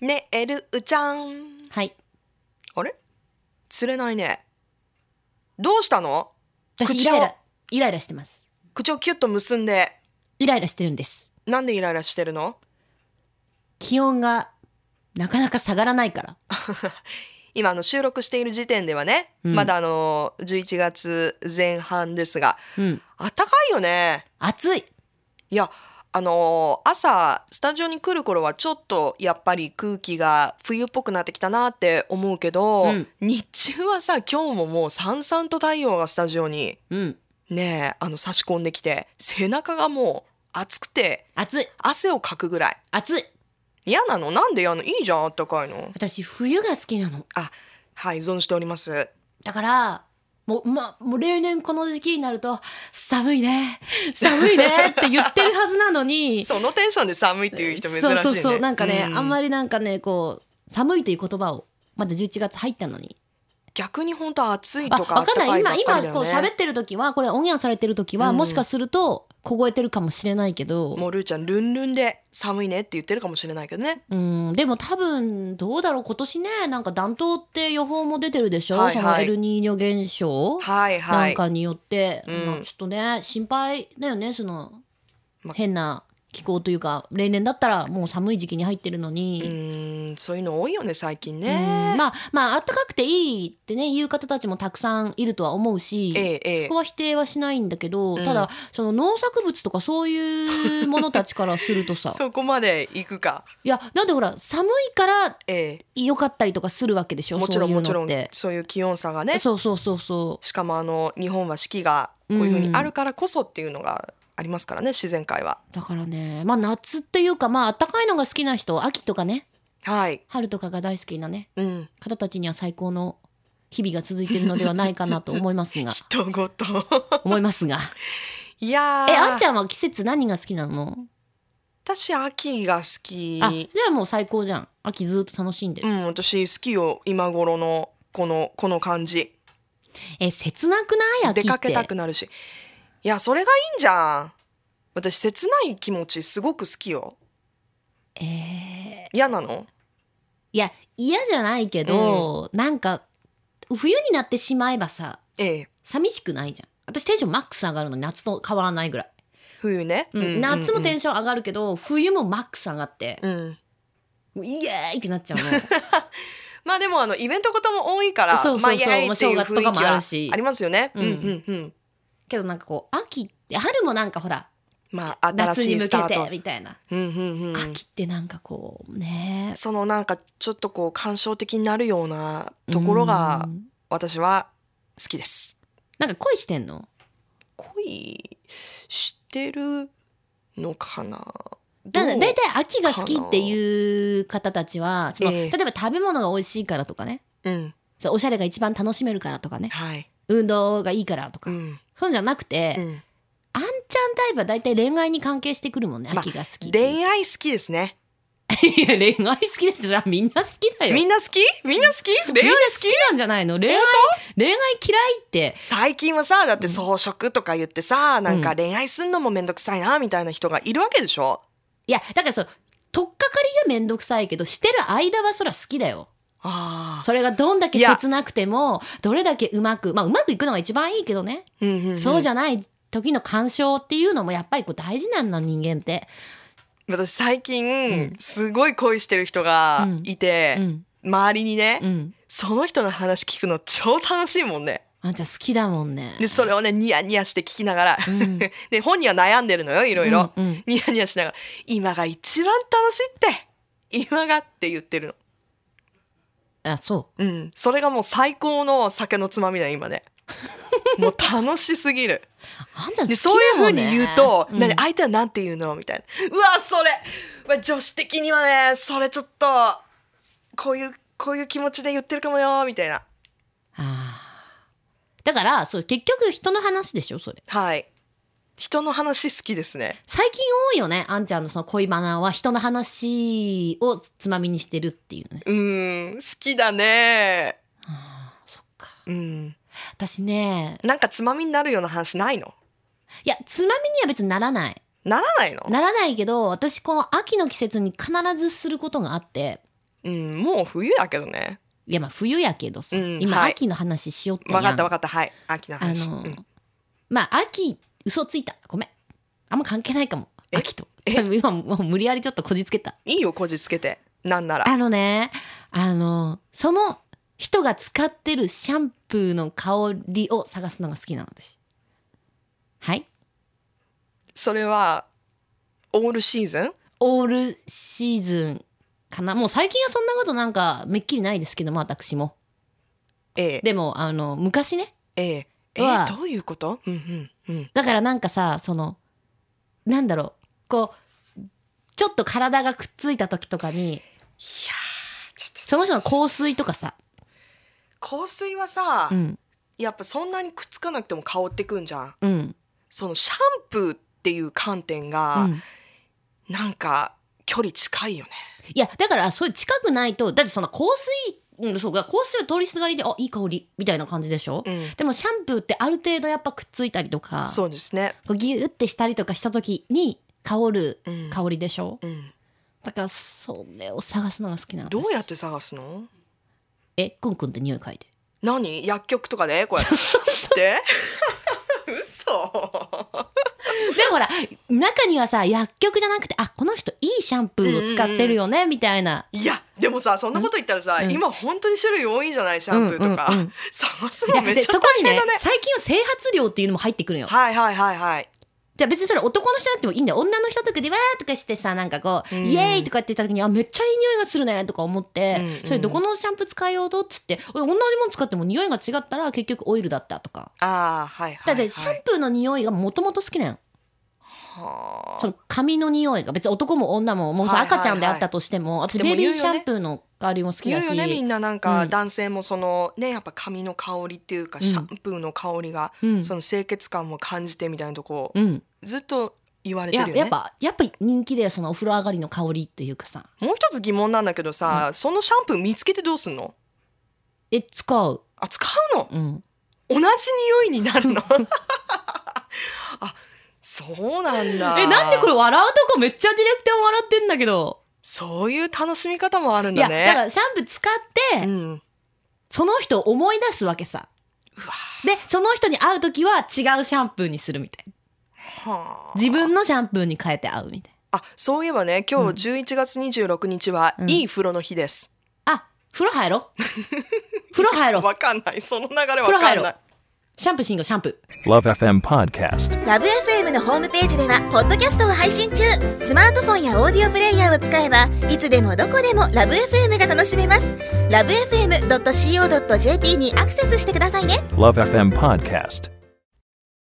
ねえるうちゃんはいあれ釣れないねどうしたの私イ口をライライライラしてます口をキュッと結んでイライラしてるんですなんでイライラしてるの気温がなかなか下がらないから今あの収録している時点ではね、うんまだあの11月前半ですがうん暖かいよね暑いいやあのー朝スタジオに来る頃はちょっとやっぱり空気が冬っぽくなってきたなって思うけど、うん日中はさ今日ももうさんさんと太陽がスタジオにうんねえあの差し込んできて背中がもう熱くて暑い汗をかくぐらい暑い嫌なのなんで嫌なのいいじゃんあったかいの私冬が好きなのはい存じておりますだからもう,、ま、もう例年この時期になると寒いね寒 いねって言ってるはずなのにそのテンションで寒いっていう人珍しいそうねそうそうなんかね、あんまりりなんかねこう寒いという言葉をまだ11月入ったのに逆に本当暑いあとかわかんない暖か今ばっかりだ今よこうね喋ってる時はこれオンエアされてる時は、うんもしかすると凍えてるかもしれないけどもうルーちゃんルンルンで寒いねって言ってるかもしれないけどねうんでも多分どうだろう今年ねなんか暖冬って予報も出てるでしょ、はいはいそのエルニーニョ現象はいはないんかによって、うんまあちょっとね心配だよねその、ま変な気候というか例年だったらもう寒い時期に入ってるのうに。ーんそういうの多いよね最近うんねまあまあ暖かくていいってね言う方たちもたくさんいるとは思うし、えええそえこは否定はしないんだけど、うんただその農作物とかそういうものたちからすると さそこまで行くかいやなんでほら寒いからえ良かったりとかするわけでしえょもちろんそうもいちうのろっんてそういう気温差がねそうそうそうそしかもあの日本は四季がこういうふうにあるからこそっていうのがありますからね、自然界は。うだからねまあ夏っていうかまあ暖かいのが好きな人秋とかねはい、春とかが大好きなねうん、方たちには最高の日々が続いてるのではないかなと思いま すが人 ごと思いますがいやーえあんちゃんは季節何が好きなの私秋が好あじきゃあもう最高じゃん秋ずっと楽しんでうる、ん私好きよ今頃のこのこの感じえ切なくない秋って出かけたくなるしいやそれがいいんじゃん私切ない気持ちすごく好きよえー嫌なのいや嫌じゃないけど、なんか冬になってしまえばさええ寂しくないじゃん私テンションマックス上がるのに夏と変わらないぐらい、冬ね、うん夏もテンション上がるけど冬もマックス上がって、うん、イエーイってなっちゃう のまあでもあのイベントことも多いからそうそうそうまあイエーイっていうお正月と雰か囲も気あはるしありますよね、うんうんうんうんけどなんかこう秋って春もなんかほらまあ、新夏しにい向スけターてト。みたいな、うんうんうん、秋ってなんかこうねそのなんかちょっとこう感傷的になるようなところがうん私は好きです。なんか恋してんの恋してるのかなだどだういたい秋が好きっていう方たちはその、ええ例えば食べ物が美味しいからとかねうんそうおしゃれが一番楽しめるからとかねはい運動がいいからとか、うんそうじゃなくて、うん、あんちゃんタイプは大体恋愛に関係してくるもんねまあ秋が好き、い恋愛好きですね。や恋愛好きですじゃあみんな好きだよみんな好きみんな好き恋愛みん好なきなんじゃないの恋愛恋愛嫌いって最近はさだって装飾とか言ってさ、なんうかん恋愛すんのもめんどくさいなみたいな人がいるわけでしょいやだからそう取っかかりがめんどくさいけどしてる間はそら好きだよああ、それがどんだけいや切なくてもどれだけうまくまあうまくいくのが一番いいけどね、うんうんうん、そうじゃゃない時の干渉っていうのもやっぱりこう大事なんだ人間って、私最近、うんすごい恋してる人がいて、うん周りにね、うんその人の話聞くの超楽しいもんね。あんちゃん好きだもんねでそれをねニヤニヤして聞きながら、うん で本人は悩んでるのよいろいろ、うんうんニヤニヤしながら「今が一番楽しいって今が」って言ってるの。あそううん、それがもう最高の酒のつまみだよ 今ね。もう楽しすぎる。あんちゃん好きだもんねでそういうふうに言うと、うん何相手はなんて言うのみたいな。うわそれ、まあ、女子的にはねそれちょっとこういうこういう気持ちで言ってるかもよみたいな。あーだからそう結局人の話でしょそれはい。人の話好きですね。最近多いよねあんちゃんのその恋バナは人の話をつまみにしてるっていうねうーん、好きだね。あーそっかうん。私ねなんかつまみになるような話ないのいやつまみには別にならないならないのならないけど私この秋の季節に必ずすることがあってうん、もう冬だけどね。いやまあ冬やけどさ、うん今はい秋の話しよったやわんかったわかった。はい。秋のあ話。のー、うんまあ秋嘘ついたごめんあんま関係ないかもえ秋とえ今もう無理やりちょっとこじつけたいいよ、こじつけて。なんなら。あのねあのその人が使ってるシャンプーの香りを探すのが好きなの私はいそれは、オールシーズンオールシーズンかなもう最近はそんなことなんかめっきりないですけどまあ私もええ、でもあの昔ねええ、えうえわ、どういうことうんうんうん。だからなんかさそのなんだろうこうちょっと体がくっついた時とかにいやーちょっとその人の香水とかさ、香水はさ、うんやっぱそんなにくっつかなくても香ってくんじゃんうんそのシャンプーっていう観点うが、ん、なんか距離近いよねいやだからそういう近くないとだってその香水、うん、そうか香水は通りすがりであいい香りみたいな感じでしょ、うんでもシャンプーってある程度やっぱくっついたりとかそうですねこうギューってしたりとかした時に香るうん香りでしょ、うんだからそれを探すのが好きなのどうやって探すのえクンクンって匂い嗅いで何薬局とかで これって嘘でもほら中にはさ薬局じゃなくてあこの人いいシャンプーを使ってるよねみたいないやでもさそんなこと言ったらさ、うん今本当に種類多いじゃないシャンプーとか、う んうんうん探すいのやめっでちゃそ大こに変ねだね最近は整髪料っていうのも入ってくるよはいはいはいはいじゃあ別にそれ男の人じゃなくてもいいんだよ女の人とかでわーとかしてさなんかこう、うんイエーイとかって言った時にあめっちゃいい匂いがするねとか思って、うんうんそれどこのシャンプー使いようとっつって同じもの使っても匂いが違ったら結局オイルだったとかああはいはだい、っはい、てシャンプーの匂いがもともと好きなのはその髪の匂いが別に男も女ももうはさいはいはい赤ちゃんであったとしても、私でもベビ言ーうよシねャンプーの香りも好き言だうしよねみんななんうかん男性もそのねやっぱ髪の香りっていうかシャンプーの香りがうんその清潔感も感じてみたいなとこうん、ずっと言われいてやるよやっね。ぱやっぱ人気だよそのお風呂上がりの香りっていうかさもう一つ疑問なんだけどさそのシャンプー見つけてどうすんのえ使う、あ使うのうん、同じ匂いになる のあそうなんだ。えなんでこれ笑うとこめっちゃディレクターも笑ってんだけどそういう楽しみ方もあるんいだやね。だからシャンプー使って、うん、うわその人を思い出すわけさでその人に会う時は違うシャンプーにするみたいはあ自分のシャンプーに変えて会うみたいあそういえばね今日11月26日は、うんいい風呂の日です。あ風呂入ろ 風呂入ろわかんないその流れわ風呂か入んろない。シャンプーしんごシャンプー Love FM Podcast. ラブ f m のホームページではポッドキャストを配信中スマートフォンやオーディオプレイヤーを使えばいつでもどこでもラブ f m が楽しめますラブ FM.co.jp にアクセスしてくださいね Love FM Podcast.